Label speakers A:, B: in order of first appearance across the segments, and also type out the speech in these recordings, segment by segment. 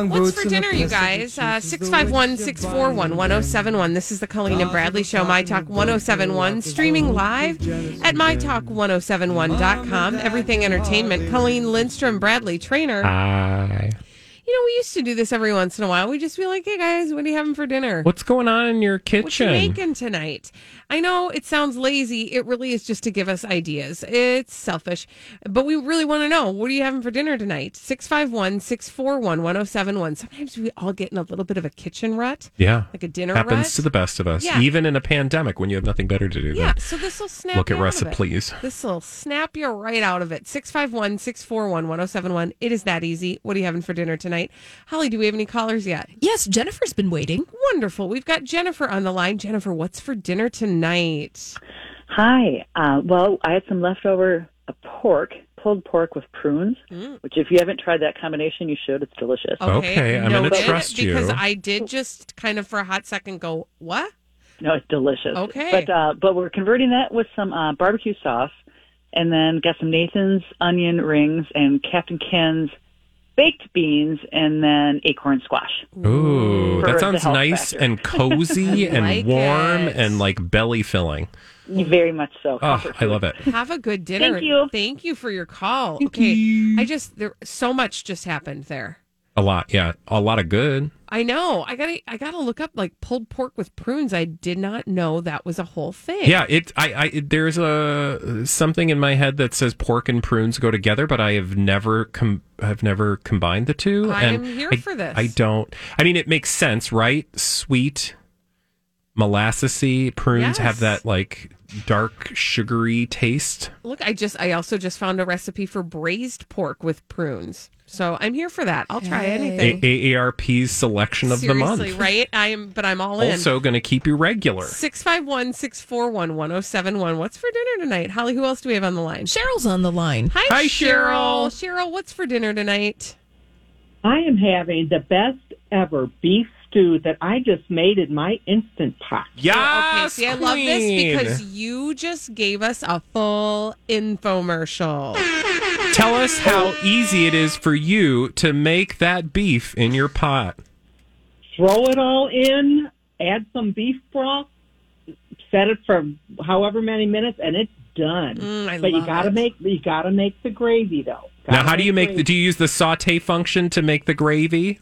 A: What's for dinner, you guys? Uh,
B: Uh,
A: 651 641 1071. This is the Colleen and Bradley Show, My Talk 1071, streaming live at MyTalk1071.com. Everything Entertainment. Colleen Lindstrom, Bradley Trainer.
C: Hi.
A: You know, we used to do this every once in a while. We'd just be like, hey, guys, what are you having for dinner?
C: What's going on in your kitchen?
A: What you making tonight? I know it sounds lazy. It really is just to give us ideas. It's selfish, but we really want to know what are you having for dinner tonight? 651 641 1071. Sometimes we all get in a little bit of a kitchen rut,
C: yeah.
A: like a dinner
C: Happens
A: rut.
C: to the best of us,
A: Yeah.
C: even in a pandemic when you have nothing better to do.
A: yeah,
C: than
A: so this will snap
C: Look
A: you
C: at
A: out
C: recipes.
A: This will snap you right out of it. 651 641 1071. It is that easy. What are you having for dinner tonight? Holly, do we have any callers yet?
B: Yes, Jennifer's been waiting.
A: Wonderful. We've got Jennifer on the line. Jennifer, what's for dinner tonight?
D: Hi. Uh, well, I had some leftover uh, pork, pulled pork with prunes, which if you haven't tried that combination, you should. It's
A: Oh.
D: delicious.
C: Okay, I'm gonna
A: noted,
C: trust you.
A: Because I did just kind of for a hot second go, what?
D: No, it's delicious.
A: Okay.
D: But uh, but we're converting that with some uh, barbecue sauce, and then got some Nathan's onion rings and Captain Ken's baked beans, and then acorn squash.
C: Ooh,
D: For
C: that
D: the
C: sounds
D: health
C: nice
D: factor.
C: and cozy and
A: like
C: warm
A: it.
C: and like belly filling.
D: Very much so.
C: Oh, I love it.
A: Have a good dinner.
D: Thank you.
A: Thank you for your call. okay. I just there so much just happened there.
C: A lot, yeah, a lot of good.
A: I know. I gotta I gotta look up like pulled pork with prunes. I did not know that was a whole thing.
C: Yeah, it. I. I it, there's a something in my head that says pork and prunes go together, but I have never com- I've never combined the two.
A: I
C: and
A: am here
C: I-
A: for this.
C: I don't. I mean, it makes sense, right? Sweet, molassesy
A: Yes.
C: prunes have that like dark sugary taste.
A: Look, I just I also just found a recipe for braised pork with prunes. So I'm here for that. I'll try
B: Hey.
A: anything.
C: A- AARP's selection of the
A: Seriously,
C: month.
A: right? I am but I'm all in.
C: Also, going to keep you regular.
A: 651 641 1071. What's for dinner tonight? Holly, who else do we have on the line?
B: Cheryl's on the line.
A: Hi,
C: Hi,
A: Cheryl. Cheryl, what's for dinner tonight?
E: I am having the best ever beef stew that I just made in my instant pot.
C: Yes,
A: okay, see, I love this because
C: Ah, queen.
A: you just gave us a full infomercial.
C: tell us how easy it is for you to make that beef in your pot.
E: Throw it all in, add some beef broth, set it for however many minutes, and it's done.
A: Mm, I
E: but you
A: love
E: gotta
A: it.
E: make you gotta make the gravy though.
C: Now,
E: Gotta
C: how do you make?
E: gravy.
C: The, do you use the saute function to make the gravy?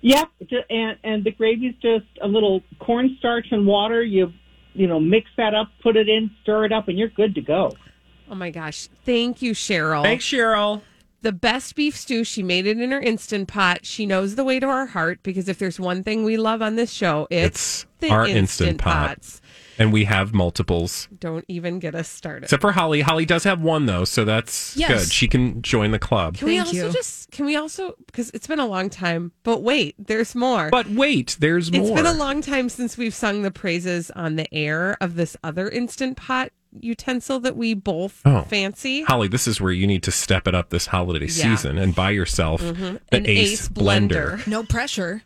E: Yep, ju- and and the gravy's just a little cornstarch and water. You you know mix that up, put it in, stir it up, and you're good to go.
A: Oh my gosh. Thank you, Cheryl.
C: Cheryl.
A: The best beef stew. She made it in her instant pot. She knows the way to our heart because if there's one thing we love on this show, it's,
C: It's
A: the
C: our Instant Pot.
A: pots.
C: And we have multiples,
A: Don't even get us started.
C: except for Holly. Holly does have one though, so that's
B: Yes.
C: good. She can join the club.
A: Can we
B: Thank
A: also
B: you.
A: just can we also because it's been a long time, but wait, there's more.
C: But wait, there's more.
A: It's been a long time since we've sung the praises on the air of this other instant pot utensil that we both
C: Oh.
A: fancy.
C: Holly, this is where you need to step it up this holiday
A: Yeah. Mm-hmm.
C: season and buy yourself the
A: An
C: Ace,
A: Ace
C: blender.
A: blender.
B: No pressure.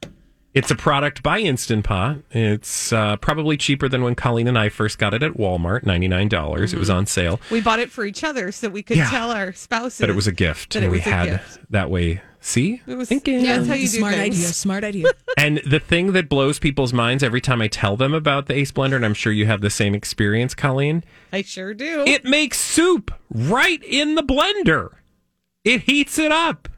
C: It's a product by Instant Pot. It's uh, probably cheaper than when Colleen and I first got it at Walmart, ninety nine dollars. It was
A: Mm-hmm.
C: on sale,
A: We bought it for each other so we could
C: Yeah.
A: tell our spouses
C: but it was a gift,
A: That it
C: and we
A: was a
C: had
A: gift.
C: that way. See,
A: It was-
C: thinking.
A: Yeah, that's how you do
B: Um, smart
A: things.
B: idea. Smart idea.
C: And the thing that blows people's minds every time I tell them about the Ace Blender, and I'm sure you have the same experience, Colleen,
A: I sure do.
C: it makes soup right in the blender. It heats it up.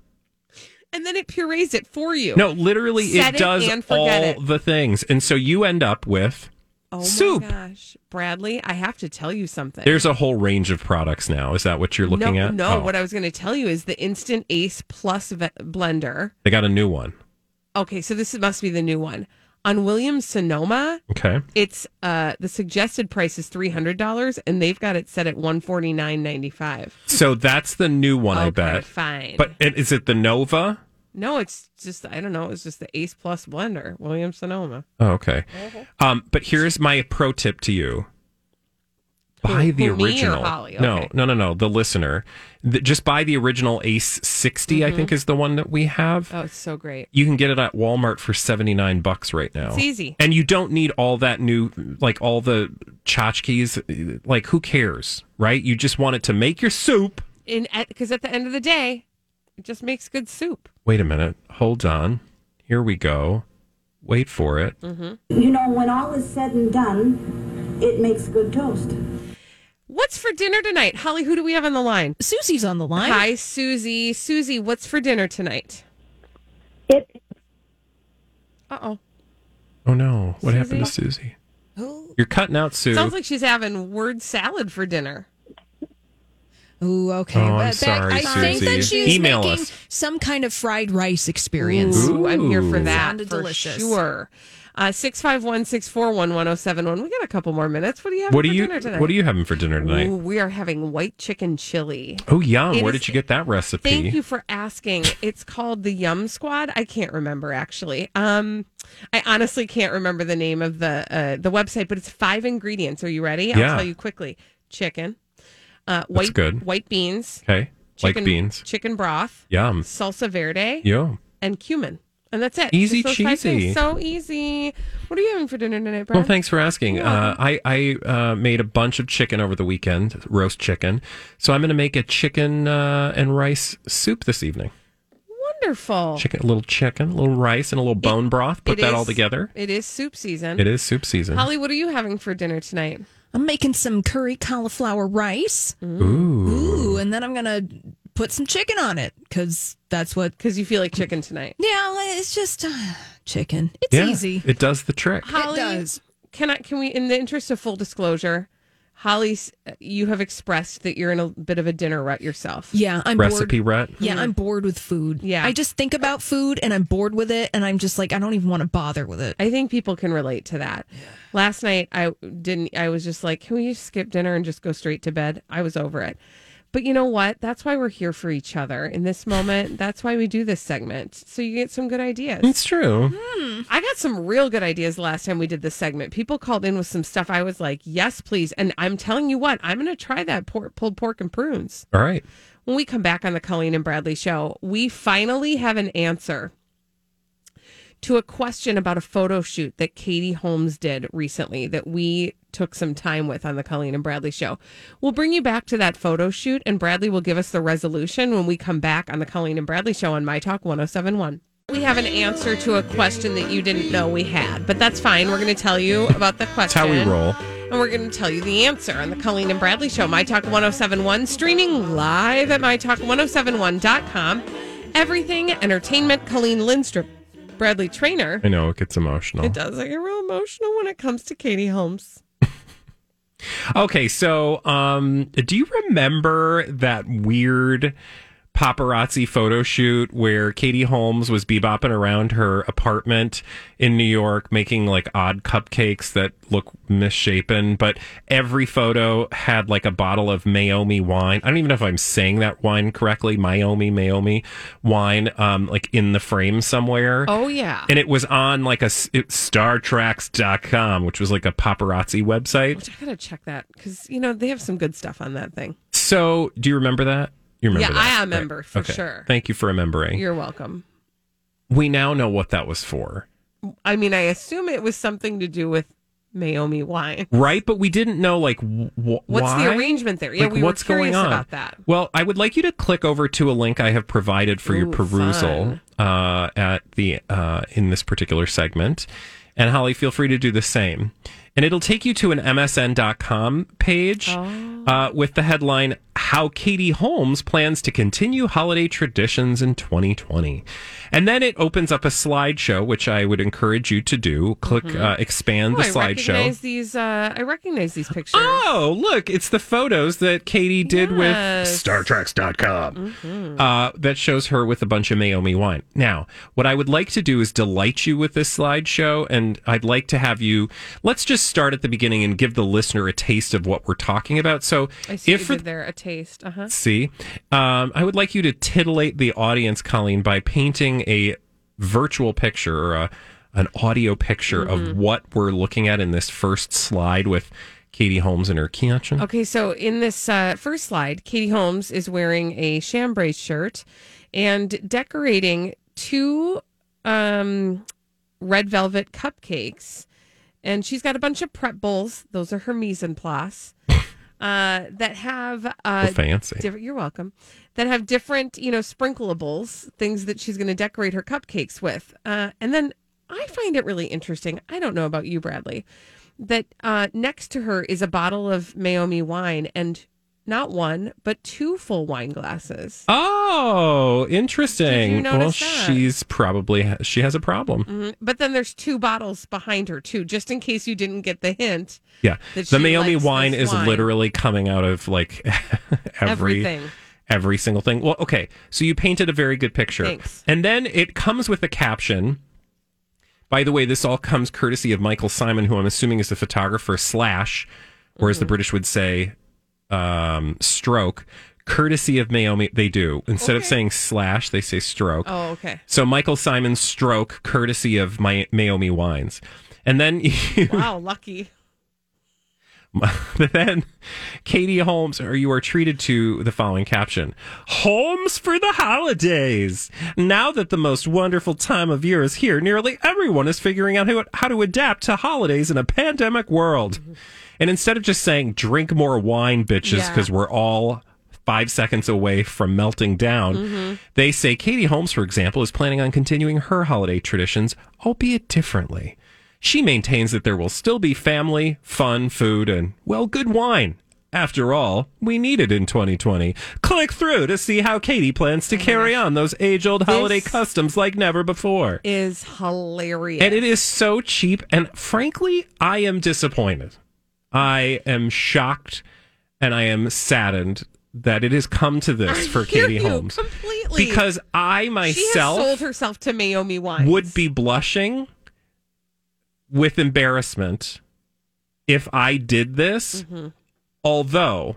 A: and then it purees it for you.
C: No, literally,
A: Set
C: it
A: it
C: does
A: and
C: all
A: forget it.
C: the things. And so you end up with
A: oh
C: soup.
A: my gosh. Bradley, I have to tell you something.
C: there's a whole range of products now. Is that what you're looking
A: no,
C: at?
A: No,
C: Oh.
A: what I was going to tell you is the Instant Ace Plus ve- blender.
C: They got a new one.
A: Okay, so this must be the new one. On Williams Sonoma,
C: Okay.
A: it's uh the suggested price is three hundred dollars and they've got it set at one forty nine ninety five. Oh,
C: So that's the new one, I bet.
A: Fine.
C: But i- is it the Nova?
A: No, it's just I don't know. It's just the Ace Plus blender, Williams Sonoma.
C: Oh, okay.
A: Mm-hmm.
C: Um, but here's my pro tip to you. Buy the
A: who, me or
C: original.
A: Holly?
C: No,
A: Okay.
C: no, no, no. The listener. The, just buy the original Ace 60, I
A: Mm-hmm.
C: think is the one that we have.
A: Oh, it's so great.
C: You can get it at Walmart for 79 bucks right now.
A: It's easy.
C: And you don't need all that new, like all the tchotchkes. Like, who cares, right? You just want it to make your soup.
A: In because at the end of the day, it just makes good soup.
C: Wait a minute. Hold on. Here we go. Wait for it.
A: Mm.
F: You know, when all is said and done, it makes good toast.
A: What's for dinner tonight, Holly? Who do we have on the line?
B: Susie's on the line.
A: Hi, Susie. Susie, what's for dinner tonight?
F: It
A: Uh oh.
C: Oh no! What happened to Susie? You're cutting out, Sue.
A: Sounds like she's having word salad for dinner.
B: Ooh, okay.
C: Oh, I'm
B: But
C: sorry,
B: I think
C: Susie.
B: that she's
C: Email
B: making
C: us.
B: some kind of fried rice experience.
A: Ooh, I'm here for
C: Ooh.
A: that.
B: Sounded
A: for
B: delicious.
A: Sure. Uh, Six five one six four one one zero seven one. We got a couple more minutes. What do you have
C: what
A: for
C: are you?
A: dinner tonight?
C: What are you having for dinner tonight?
A: Ooh, we are having white chicken chili.
C: Oh, yum!
A: It
C: Where
A: is-
C: did you get that recipe?
A: Thank you for asking. It's called the Yum Squad. I can't remember actually. Um, I honestly can't remember the name of the uh, the website, but it's five ingredients. Are you ready? I'll
C: Yeah.
A: tell you quickly. Chicken, uh, white
C: good.
A: white beans,
C: Okay,
A: chicken
C: like beans.
A: chicken broth,
C: Yum.
A: salsa verde,
C: Yo.
A: and cumin, and that's it.
C: Easy
A: Just those five
C: cheesy.
A: things. So easy. What are you having for dinner tonight, Brad?
C: Well, thanks for asking. Uh, I I uh, made a bunch of chicken over the weekend, roast chicken. So I'm going to make a chicken uh, and rice soup this evening.
A: Wonderful.
C: Chicken, a little chicken, a little rice, and a little bone broth. Put
A: Oh. It
C: that all
A: is-
C: together.
A: It is soup season.
C: It is soup season.
A: Holly, what are you having for dinner tonight?
B: I'm making some curry cauliflower rice.
C: Ooh.
B: Ooh, and then I'm gonna put some chicken on it because that's what.
A: Because you feel like chicken tonight.
B: Yeah, it's just uh, chicken. It's
C: Yeah,
B: easy.
C: It does the trick.
A: Holly,
B: does.
A: Can I? Can we? In the interest of full disclosure, Holly, s- you have expressed that you're in a bit of a dinner rut yourself.
B: Yeah, I'm
C: Recipe
B: bored.
C: rut.
B: Yeah, I'm bored with food.
A: Mm-hmm. Yeah.
B: I just think about food and I'm bored with it, and I'm just like, I don't even want to bother with it.
A: I think people can relate to that. Last night, I didn't. I was just like, "Can we just skip dinner and just go straight to bed?" I was over it. But you know what? That's why we're here for each other in this moment. That's why we do this segment, so you get some good ideas.
C: It's true.
A: Mm-hmm. I got some real good ideas last time we did this segment. People called in with some stuff. I was like, "Yes, please!" And I'm telling you what, I'm going to try that por- pulled pork and prunes.
C: All right.
A: when we come back on the Colleen and Bradley show, we finally have an answer to a question about a photo shoot that Katie Holmes did recently that we took some time with on the Colleen and Bradley show. We'll bring you back to that photo shoot, and Bradley will give us the resolution when we come back on the Colleen and Bradley show on My Talk 1071. We have an answer to a question that you didn't know we had, but that's fine. We're going to tell you about the
C: That's
A: question
C: how we roll.
A: and we're going to tell you the answer on the Colleen and Bradley Show, My Talk 1071, streaming live at MyTalk1071.com. Everything entertainment, Colleen Lindstrom, Bradley Trainer.
C: I know it gets emotional.
A: It does. I get real emotional when it comes to Katie Holmes.
C: Okay, so um, do you remember that weird paparazzi photo shoot where Katie Holmes was bebopping around her apartment in New York, making like odd cupcakes that look misshapen, but every photo had like a bottle of Maomi wine. I don't even know if I'm saying that wine correctly, Maomi, Maomi wine, um, like in the frame somewhere
A: Oh, yeah.
C: and it was on like a s- it, startrax.com which was like a paparazzi website
A: Which I got to check that because, you know, they have some good stuff on that thing.
C: so do you remember that you remember
A: Yeah, I
C: that,
A: remember for sure.
C: thank you for remembering
A: You're welcome.
C: we now know what that was for
A: I mean, I assume it was something to do with Naomi wine.
C: right but we didn't know like w-
A: What's
C: wh- why?
A: the arrangement there? Yeah,
C: Like,
A: we
C: what's
A: were curious
C: going on
A: about that.
C: Well, I would like you to click over to a link I have provided for your
A: Ooh,
C: perusal uh, at the uh, in this particular segment, and Holly, feel free to do the same. And it'll take you to an MSN.com page
A: Oh.
C: uh, with the headline "How Katie Holmes Plans to Continue Holiday Traditions in 2020," and then it opens up a slideshow, which I would encourage you to do. Click uh, expand
A: Oh, I
C: the slideshow.
A: recognize these. Uh, I recognize these pictures.
C: Oh, look, it's the photos that Katie did
A: Yes. Mm-hmm.
C: with StarTrex.com uh, that shows her with a bunch of Naomi wine. Now, what I would like to do is delight you with this slideshow, and I'd like to have you. Let's just start at the beginning and give the listener a taste of what we're talking about. So,
A: I see
C: if
A: if
C: for
A: there a taste. taste. Uh huh.
C: See, um, I would like you to titillate the audience, Colleen, by painting a virtual picture or a, an audio picture
A: Mm-hmm.
C: of what we're looking at in this first slide with Katie Holmes in her kitchen.
A: Okay, so in this uh, first slide, Katie Holmes is wearing a chambray shirt and decorating two um, red velvet cupcakes. And she's got a bunch of prep bowls. Those are her mise en place uh, that have uh,
C: Fancy.
A: Different- You're welcome. That have different, you know, sprinkleables, things that she's going to decorate her cupcakes with. Uh, and then I find it really interesting. I don't know about you, Bradley, that uh, next to her is a bottle of Maomi wine and not one, but two full wine glasses.
C: Oh, interesting.
A: Did you
C: well,
A: notice that?
C: she's probably ha- she has a problem.
A: Mm-hmm. But then there's two bottles behind her, too, just in case you didn't get the hint.
C: Yeah,
A: That
C: the
A: she
C: Naomi
A: likes
C: wine
A: this
C: is
A: wine.
C: literally coming out of like every
A: Everything.
C: every single thing. Well, okay, so you painted a very good picture,
A: Thanks.
C: and then it comes with a caption. By the way, this all comes courtesy of Michael Simon, who I'm assuming is the photographer slash, or
A: Mm-hmm.
C: as the British would say, um, stroke. Courtesy of Naomi, they do instead of
A: Okay.
C: saying slash, they say stroke.
A: Oh, okay.
C: So Michael Simon's stroke, courtesy of my Naomi Wines, and then you,
A: Wow, lucky.
C: then Katie Holmes, or you are treated to the following caption: Holmes for the holidays. Now that the most wonderful time of year is here, nearly everyone is figuring out how, how to adapt to holidays in a pandemic world. And instead of just saying "drink more wine, bitches,"
A: Yeah.
C: because we're all five seconds away from melting down.
A: Mm-hmm.
C: They say Katie Holmes, for example, is planning on continuing her holiday traditions, albeit differently. She maintains that there will still be family, fun, food, and, well, good wine. After all, we need it in 2020. Click through to see how Katie plans to carry on those age old holiday
A: Oh This-
C: customs like never before.
A: Is hilarious.
C: And it is so cheap. And frankly, I am disappointed. I am shocked and I am saddened that it has come to this for
A: hear
C: Katie
A: you
C: Holmes.
A: completely.
C: Because I
A: she has sold
C: myself
A: herself to Naomi Wines.
C: would be blushing with embarrassment if I did this.
A: Mm-hmm.
C: Although,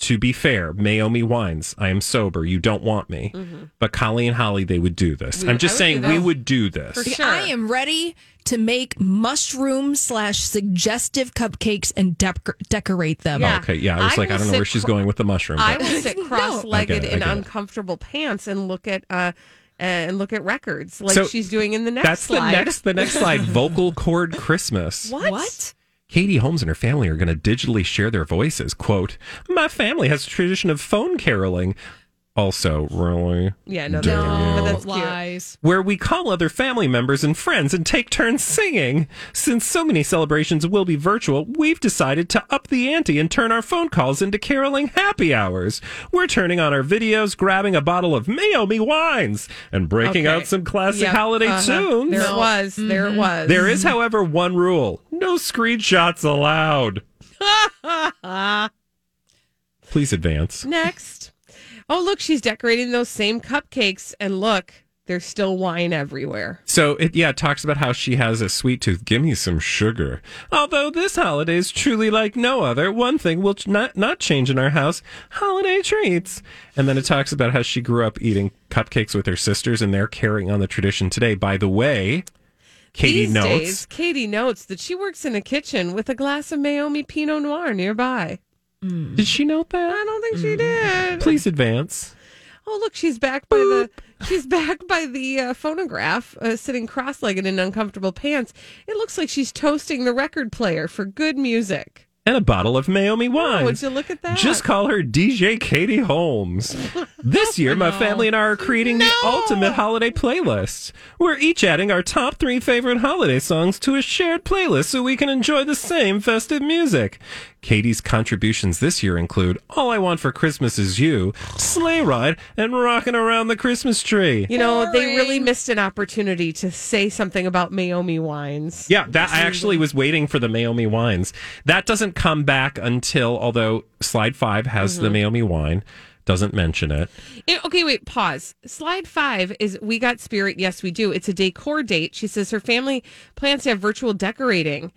C: to be fair, Naomi Wines, I am sober. You don't want me. But Colleen and Holly, they would do this.
A: Mm-hmm. We-
C: I'm
A: I
C: just
A: would
C: saying
A: do
C: we
A: this.
C: would do this.
A: For
B: I am ready to make mushroom slash suggestive cupcakes and dec- decorate them.
A: Yeah.
C: Oh, Okay, yeah. I was
A: I
C: like, I
A: will
C: don't know where
A: sit
C: she's
A: cro-
C: going with the mushroom.
A: I
C: but-
A: will sit
C: I
A: cross-legged
C: get it, I
A: in
C: get it.
A: uncomfortable pants and look at uh and look at records like
C: So,
A: she's doing in the next
C: That's
A: slide.
C: the next the next slide. Vocal cord Christmas.
A: What?
B: What?
C: Katie Holmes and her family are going to digitally share their voices. Quote, My family has a tradition of phone caroling. Also, really?
A: Yeah, no,
C: Damn.
A: that's, but that's cute.
B: lies.
C: Where we call other family members and friends and take turns singing. Since so many celebrations will be virtual, we've decided to up the ante and turn our phone calls into caroling happy hours. We're turning on our videos, grabbing a bottle of Maomi wines, and breaking
A: Okay.
C: out some classic
A: Yep,
C: holiday
A: uh-huh.
C: tunes.
A: There it was. There it was.
C: There is, however, one rule no screenshots allowed. Please advance.
A: Next. Oh, look, she's decorating those same cupcakes, and look, there's still wine everywhere.
C: So, it, yeah, it talks about how she has a sweet tooth. Give me some sugar. Although this holiday is truly like no other, one thing will ch- not, not change in our house holiday treats. And then it talks about how she grew up eating cupcakes with her sisters, and they're carrying on the tradition today. By the way, Katie
A: These
C: notes.
A: Days, Katie notes that she works in a kitchen with a glass of Maomi Pinot Noir nearby.
C: Did she note
A: I
C: that?
A: don't think she did.
C: Mm. Please advance.
A: Oh, look, she's back by the she's back by the uh, phonograph, uh, sitting cross-legged in uncomfortable pants. It looks like she's toasting the record player for good music.
C: And a bottle of Maomi wine.
A: Oh, would you look at that?
C: Just call her DJ Katie Holmes. This year, my family and I are creating the ultimate holiday playlist. We're each adding our top three favorite holiday songs to a shared playlist so we can enjoy the same festive music. Katie's contributions this year include All I Want for Christmas Is You, Sleigh Ride, and Rockin' Around the Christmas Tree.
A: you know, they really
B: Boring.
A: missed an opportunity to say something about Maomi wines.
C: Yeah, that I actually was waiting for the Maomi wines. That doesn't come back until, although slide five has the
A: Mm-hmm.
C: Maomi wine, doesn't mention it.
A: Eh, okay, wait, pause. Slide five is We Got Spirit. Yes, we do. It's a decor date. She says her family plans to have virtual decorating,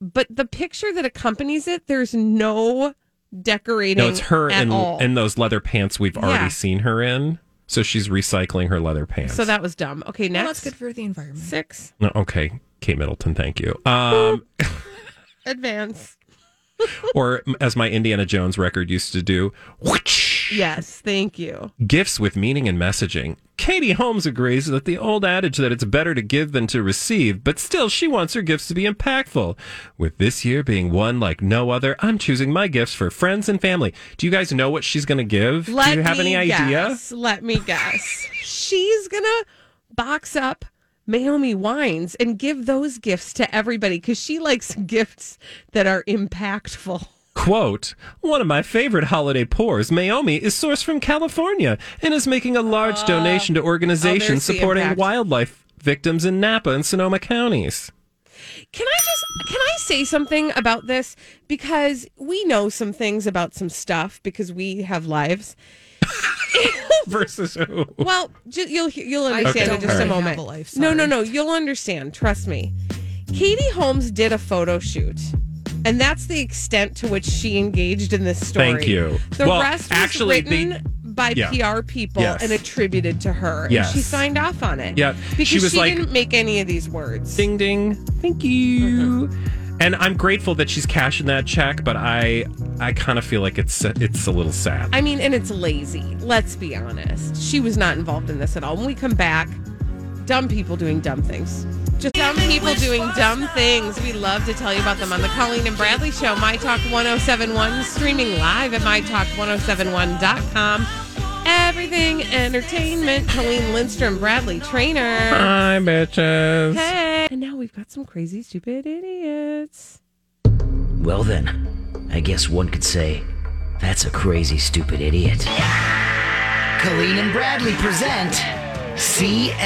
A: but the picture that accompanies it, there's no decorating.
C: No, it's her
A: at
C: in,
A: all.
C: in those leather pants we've
A: Yeah.
C: already seen her in. So she's recycling her leather pants.
A: so that was dumb. Okay,
B: Well,
A: next
B: that's good for the environment.
A: six
C: No, okay, Kate Middleton, thank you. Um,
A: advance.
C: or as my Indiana Jones record used to do, whoosh,
A: Yes, thank you.
C: gifts with meaning and messaging. Katie Holmes agrees that the old adage that it's better to give than to receive, but still she wants her gifts to be impactful. With this year being one like no other, I'm choosing my gifts for friends and family. Do you guys know what she's going to give?
A: Let
C: do you have
A: me
C: any idea?
A: Guess. Let me guess. She's gonna box up Naomi wines and give those gifts to everybody because she likes gifts that are impactful.
C: Quote, one of my favorite holiday pours, Mayomi, is sourced from California and is making a large donation to organizations
A: there's the
C: supporting
A: Uh, impact.
C: wildlife victims in Napa and Sonoma counties.
A: Can I just can I say something about this because we know some things about some stuff because we have lives.
C: Versus who?
A: Well, ju- you'll you'll understand
C: don't
A: in just a
C: really
A: moment.
B: have a life,
A: no, no,
B: sorry.
A: no. You'll understand. Trust me. Katie Holmes did a photo shoot, and that's the extent to which she engaged in this story.
C: Thank you.
A: The
C: Well,
A: rest was
C: actually, they-
A: written by
C: Yeah.
A: PR people
C: Yes.
A: and attributed to her. and
C: Yes.
A: she signed off on it.
C: Yeah. She
A: because she,
C: was like-
A: didn't make any of these words.
C: Ding ding. Thank you. And I'm grateful that she's cashing that check, but I I kind of feel like it's it's a little sad.
A: I mean, and it's lazy. Let's be honest. She was not involved in this at all. When we come back, dumb people doing dumb things. Just dumb people doing dumb things. We love to tell you about them on the Colleen and Bradley Show, My Talk 1071, streaming live at MyTalk1071.com. Everything entertainment. Colleen Lindstrom, Bradley Trainer.
C: Hi, bitches.
A: Hey. And now we've got some crazy, stupid idiots.
G: Well, then, I guess one could say that's a crazy, stupid idiot. Colleen and Bradley present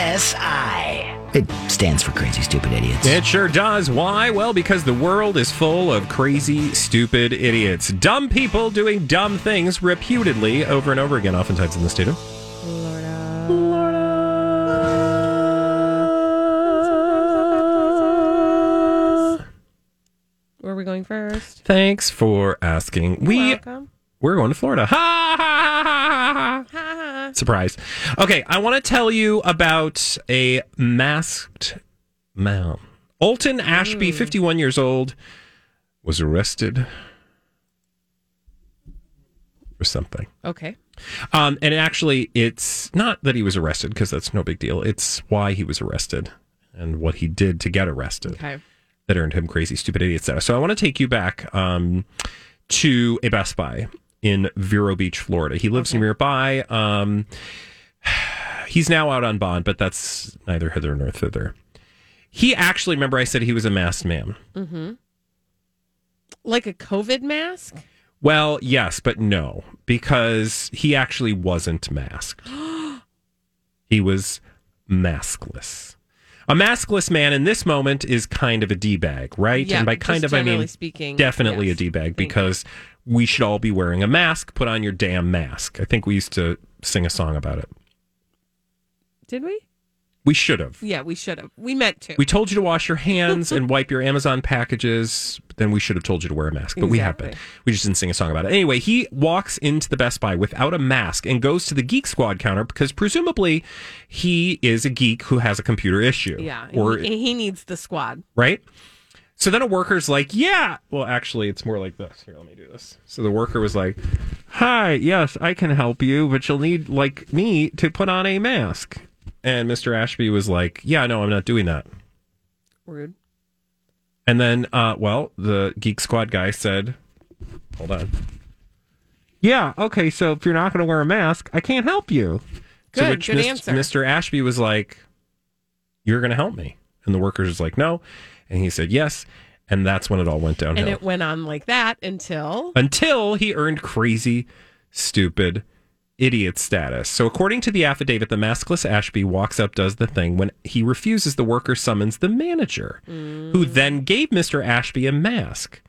G: CSI. It stands for Crazy Stupid Idiots.
C: It sure does. Why? Well, because the world is full of crazy, stupid idiots. Dumb people doing dumb things reputedly over and over again, oftentimes in the state of Florida.
A: Where are we going first?
C: Thanks for asking. We
A: Welcome.
C: we're going to Florida. Ha ha ha ha ha. ha.
A: Ha.
C: Surprise. Okay, I want to tell you about a masked man. Olton Ashby, 51 years old, was arrested for something.
A: Okay.
C: Um, and actually, it's not that he was arrested because that's no big deal. It's why he was arrested and what he did to get arrested
A: Okay.
C: that earned him crazy, stupid idiot status. So I want to take you back um, to a Best Buy in Vero Beach, Florida. He lives nearby. Um, he's now out on bond, but that's neither hither nor thither. He actually, remember, I said he was a masked man.
A: Like a COVID mask?
C: Well, yes, but no, because he actually wasn't masked. he was maskless. A maskless man in this moment is kind of a D bag, right?
A: Yeah,
C: and by
A: just
C: kind of, I
A: generally
C: mean
A: speaking,
C: definitely
A: yes.
C: a D bag
A: Thank you.
C: because we should all be wearing a mask. Put on your damn mask. I think we used to sing a song about it.
A: Did we?
C: We should have.
A: Yeah, we should have. We meant to.
C: We told you to wash your hands and wipe your Amazon packages. Then we should have told you to wear a mask, but we haven't.
A: Exactly.
C: We just didn't sing a song about it. Anyway, he walks into the Best Buy without a mask and goes to the Geek Squad counter because presumably he is a geek who has a computer issue.
A: yeah, and
C: Or,
A: he, he needs the squad.
C: right? So then a worker's like, yeah. Well, actually, it's more like this. Here, let me do this. So the worker was like, hi, yes, I can help you, but you'll need, like, me to put on a mask. And Mr. Ashby was like, yeah, no, I'm not doing that.
A: Rude.
C: And then, uh, well, the Geek Squad guy said, hold on. Yeah, okay, so if you're not going to wear a mask, I can't help you.
A: Good,
C: to which
A: good
C: Mis-
A: answer.
C: Mr. Ashby was like, you're going to help me. And the worker was like, no. And he said, yes. And that's when it all went downhill.
A: And it went on like that until
C: Until he earned crazy, stupid, idiot status. So, according to the affidavit, the maskless Ashby walks up, does the thing. When he refuses, the worker summons the manager, who then gave Mr. Ashby a mask.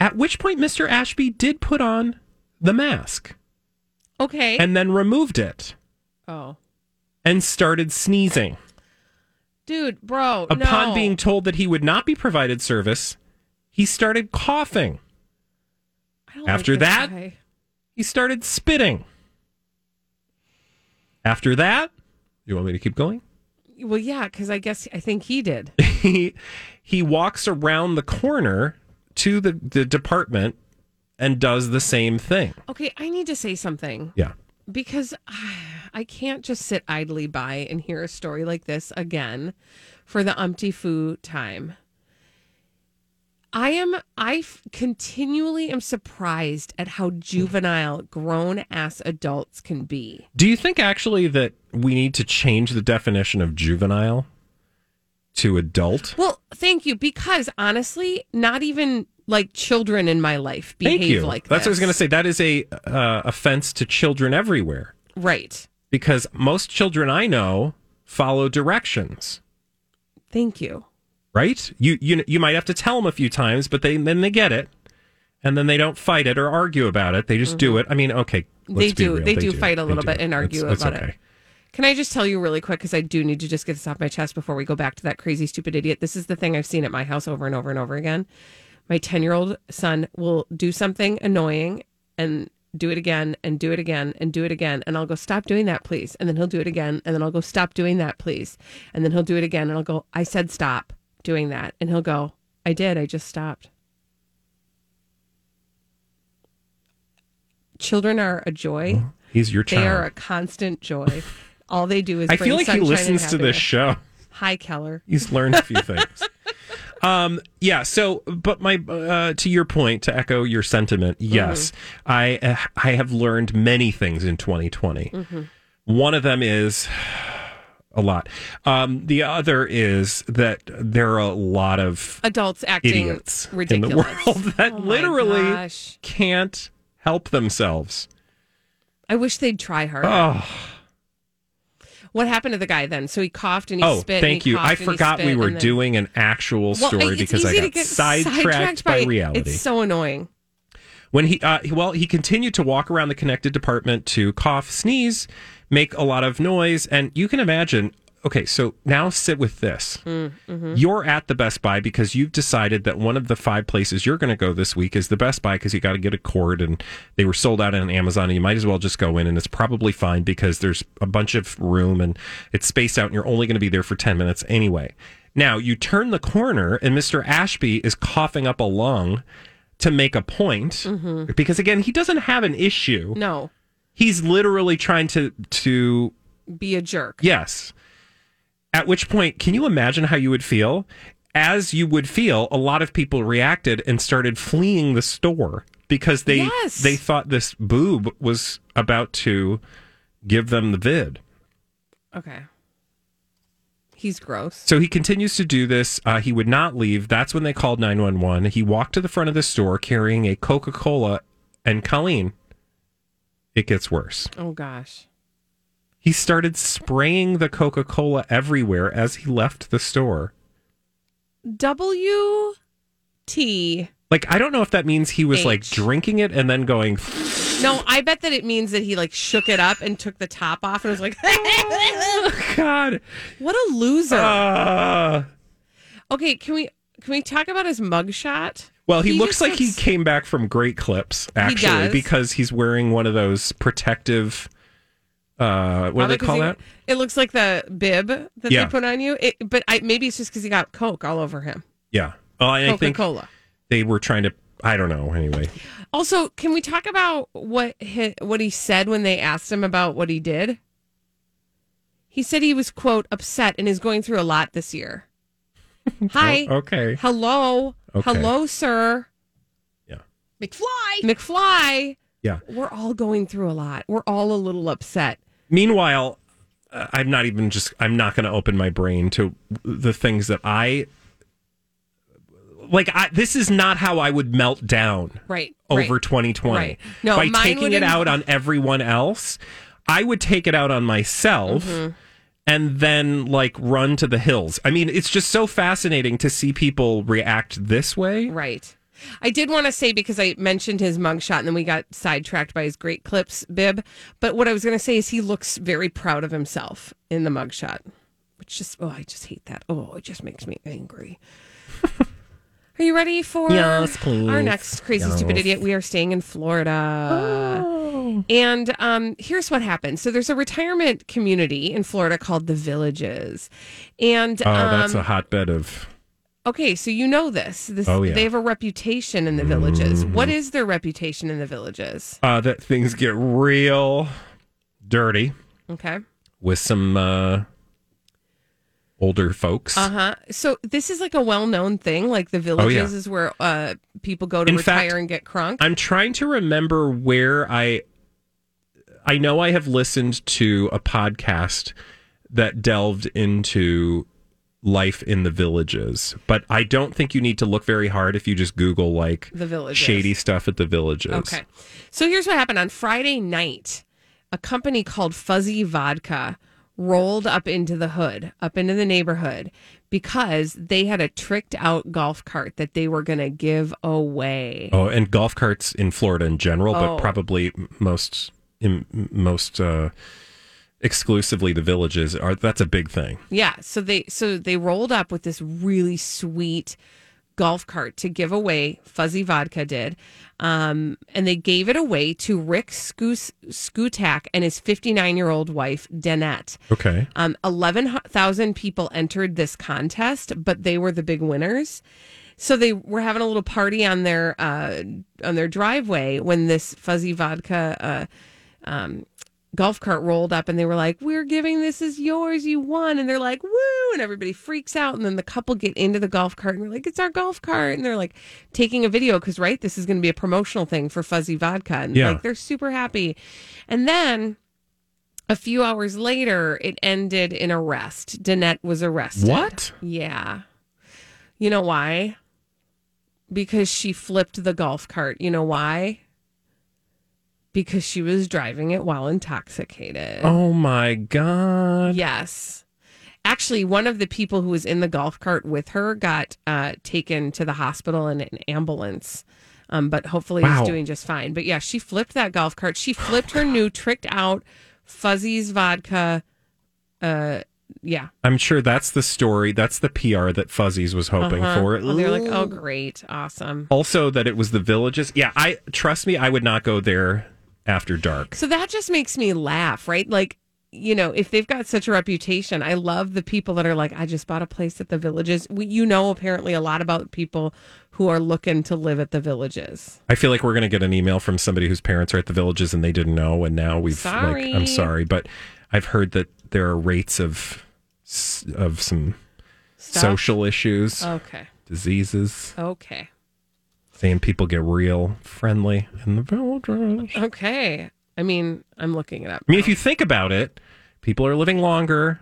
C: At which point, Mr. Ashby did put on the mask
A: okay.
C: and then removed it
A: oh,
C: and started sneezing.
A: dude, bro.
C: Upon
A: Oh, no.
C: being told that he would not be provided service, he started coughing.
A: I don't
C: After
A: like this
C: that-
A: guy.
C: He started spitting. After that, you want me to keep going?
A: Well, yeah, because I guess I think he did.
C: he he walks around the corner to the, the department and does the same thing.
A: Okay, I need to say something
C: Yeah.
A: because ah, I can't just sit idly by and hear a story like this again for the umpty foo time. I am I f- continually am surprised at how juvenile grown ass adults can be.
C: Do you think actually that we need to change the definition of juvenile to adult?
A: Well, thank you because honestly, not even like children in my life behave
C: Thank you.
A: like
C: That's what I
A: this.
C: was going to say. That is a uh, offense to children everywhere
A: Right.
C: because most children I know follow directions.
A: Thank you.
C: right? You you you might have to tell them a few times, but they then they get it, and then they don't fight it or argue about it. They just do it. I mean, okay, let's
A: Mm-hmm. They
C: be
A: do-
C: real.
A: they do fight a
C: They
A: little
C: do.
A: bit and argue
C: That's- that's
A: about it.
C: okay.
A: Can I just tell you really quick because I do need to just get this off my chest before we go back to that crazy stupid idiot. This is the thing I've seen at my house over and over and over again. My 10-year-old son will do something annoying and do it again and do it again and do it again and I'll go stop doing that please and then he'll do it again and then I'll go stop doing that please and then he'll do it again and I'll go I said stop doing that and he'll go I did I just stopped. Children are a joy.
C: Mm-hmm. He's your
A: They are a
C: child.
A: constant joy. All they do is.
C: I
A: bring
C: feel like he
A: sunshine and
C: listens to
A: happiness.
C: this show.
A: Hi, Keller.
C: He's learned a few things. Um, yeah. So, but my uh, to your point, to echo your sentiment,
A: Mm-hmm.
C: yes, I uh, I have learned many things in 2020.
A: Mm-hmm.
C: One of them is a lot. Um, the other is that there are a lot of
A: Adults acting
C: idiots
A: ridiculous.
C: in the world that
A: Oh my
C: literally
A: gosh.
C: can't help themselves.
A: I wish they'd try hard.
C: Oh,
A: What happened to the guy then? So he coughed and he
C: oh,
A: spit.
C: thank
A: and he
C: you.
A: coughed
C: I
A: and he
C: forgot
A: spit
C: we were
A: and then-
C: doing an actual
A: Well,
C: story
A: it's
C: because I
A: easy to
C: got
A: get
C: sidetracked, by, reality.
A: It's so annoying.
C: When he, uh, he- well, he continued to walk around the connected department to cough, sneeze, make a lot of noise, and you can imagine. Okay, so now sit with this. You're at the Best Buy because you've decided that one of the five places you're going to go this week is the Best Buy because you got to get a cord and they were sold out on Amazon and you might as well just go in and it's probably fine because there's a bunch of room and it's spaced out and you're only going to be there for 10 minutes anyway. Now you turn the corner and Mr. Ashby is coughing up a lung to make a point because again he doesn't have an issue.
A: No,
C: He's literally trying to to
A: be a jerk.
C: Yes. At which point, can you imagine how you would feel? As you would feel, a lot of people reacted and started fleeing the store because they
A: Yes.
C: they thought this boob was about to give them the vid.
A: Okay. He's gross.
C: So he continues to do this. Uh, he would not leave. That's when they called 911. He walked to the front of the store carrying a Coca Cola and Colleen. It gets worse.
A: Oh gosh.
C: He started spraying the Coca Cola everywhere as he left the store.
A: W T.
C: Like I don't know if that means he was like
A: H.
C: drinking it and then going.
A: No, I bet that it means that he like shook it up and took the top off and was like,
C: "Oh, God,
A: "What a loser."
C: Uh,
A: Okay, can we can we talk about his mugshot?
C: well, he, looks
A: just
C: like he
A: looks-
C: came back from Great Clips actually
A: does.
C: because he's wearing one of those protective. Uh, what do
A: Probably
C: they
A: 'cause
C: call
A: he-
C: that?
A: It looks like the bib that
C: Yeah.
A: they put on you. It, but I, maybe it's just because he got Coke all over him.
C: Yeah. Well, and I
A: Coca
C: think
A: Cola.
C: they were trying to. I don't know. Anyway,
A: Also, can we talk about what he, what he said when they asked him about what he did? He said he was quote upset and is going through a lot this year. Hi.
C: Oh, okay.
A: Hello.
C: Okay.
A: Hello, sir.
B: McFly.
A: McFly.
C: Yeah.
A: We're all going through a lot. We're all a little upset.
C: Meanwhile, uh, I'm not even just. I'm not going to open my brain to the things that I like. I, this is not how I would melt down.
A: Right.
C: over
A: right.
C: 2020
A: Right. No,
C: by
A: mine
C: taking
A: would
C: it
A: inv-
C: out on everyone else i would take it out on myself
A: Mm-hmm.
C: and then like run to the hills i mean it's just so fascinating to see people react this way
A: Right. I did want to say because I mentioned his mugshot and then we got sidetracked by his great clips bib. But what I was going to say is he looks very proud of himself in the mugshot, which just, oh, I just hate that. Oh, it just makes me angry. Are you ready for
H: Yes, please.
A: our next crazy
H: Yes.
A: stupid idiot? We are staying in Florida.
H: Oh.
A: And um, here's what happened. So there's a retirement community in Florida called the Villages. And
C: Oh,
A: um,
C: that's a hotbed of.
A: okay, so you know this. this
C: Oh, yeah. Mm-hmm.
A: They have a reputation in the Villages. What is their reputation in the Villages?
C: Uh, that things get real dirty
A: Okay.
C: with some uh, older folks.
A: Uh huh. So this is like a well known thing. Like the Villages
C: Oh, yeah.
A: is where uh, people go to
C: In
A: retire
C: fact,
A: and get crunk.
C: I'm trying to remember where I I know I have listened to a podcast that delved into life in the villages, but I don't think you need to look very hard if you just Google like
A: The Villages.
C: shady stuff at the villages.
A: Okay. So here's what happened on Friday night. A company called Fuzzy Vodka rolled up into the hood, up into the neighborhood, because they had a tricked out golf cart that they were going to give away.
C: Oh, and golf carts in Florida in general,
A: Oh.
C: but probably m- most in, m- most uh, exclusively the villages are. That's a big thing.
A: Yeah, so they so they rolled up with this really sweet golf cart to give away. Fuzzy Vodka did, um, and they gave it away to Rick Skus- Skutak and his 59 year old wife Danette.
C: Okay.
A: Um, 11,000 people entered this contest, but they were the big winners. So they were having a little party on their uh, on their driveway when this fuzzy vodka uh, um, golf cart rolled up, and they were like, "We're giving this is yours, you won!" And they're like, "Woo!" And everybody freaks out, and then the couple get into the golf cart, and they're like, "It's our golf cart!" And they're like taking a video because right, this is going to be a promotional thing for fuzzy vodka, and
C: Yeah.
A: like they're super happy, and then. A few hours later, it ended in arrest. Danette was arrested.
C: What?
A: Yeah. You know why? Because she flipped the golf cart. You know why? Because she was driving it while intoxicated.
C: Oh my god.
A: Yes. Actually, one of the people who was in the golf cart with her got uh, taken to the hospital in an ambulance, um, but hopefully
C: Wow.
A: is doing just fine. But yeah, she flipped that golf cart. She flipped her new tricked out Fuzzy's vodka. Uh, yeah.
C: I'm sure that's the story. That's the PR that Fuzzies was hoping
A: Uh-huh.
C: for.
A: Oh, they're like, oh, great. Awesome.
C: Also, that it was the villages. Yeah, I trust me. I would not go there after dark.
A: So that just makes me laugh, right? Like, you know, if they've got such a reputation, I love the people that are like, I just bought a place at the villages. We, you know, apparently a lot about people who are looking to live at the villages.
C: I feel like we're gonna get an email from somebody whose parents are at the villages and they didn't know, and now we've.
A: Sorry.
C: Like, I'm sorry, but I've heard that there are rates of s- of some
A: Stuff. Uh.
C: social issues,
A: Okay.
C: diseases,
A: Okay.
C: saying people get real friendly in the villages.
A: Okay. I mean, I'm looking it up.
C: I mean, if you think about it, people are living longer.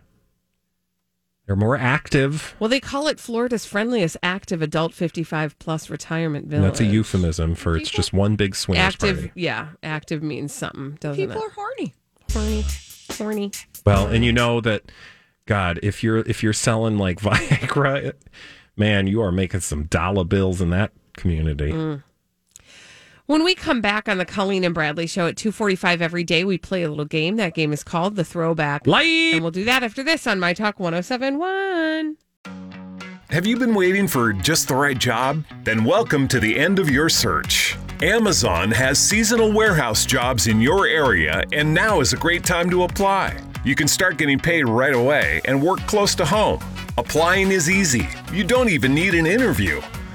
C: They're more active.
A: Well, they call it Florida's friendliest active adult 55 plus retirement
C: And
A: village.
C: that's a euphemism for it's just one big swingers
A: Active,
C: party.
A: yeah, active means something, doesn't
B: People
A: it?
B: are horny.
A: horny, horny.
C: Well, and you know that, God, if you're if you're selling like Viagra, man, you are making some dollar bills in that community.
A: When we come back on the Colleen and Bradley show at 2:45 every day, we play a little game. That game is called The Throwback. And
C: Light.
A: we'll do that after this on My Talk 1071.
I: Have you been waiting for just the right job? Then welcome to the end of your search. Amazon has seasonal warehouse jobs in your area, and now is a great time to apply. You can start getting paid right away and work close to home. Applying is easy, you don't even need an interview.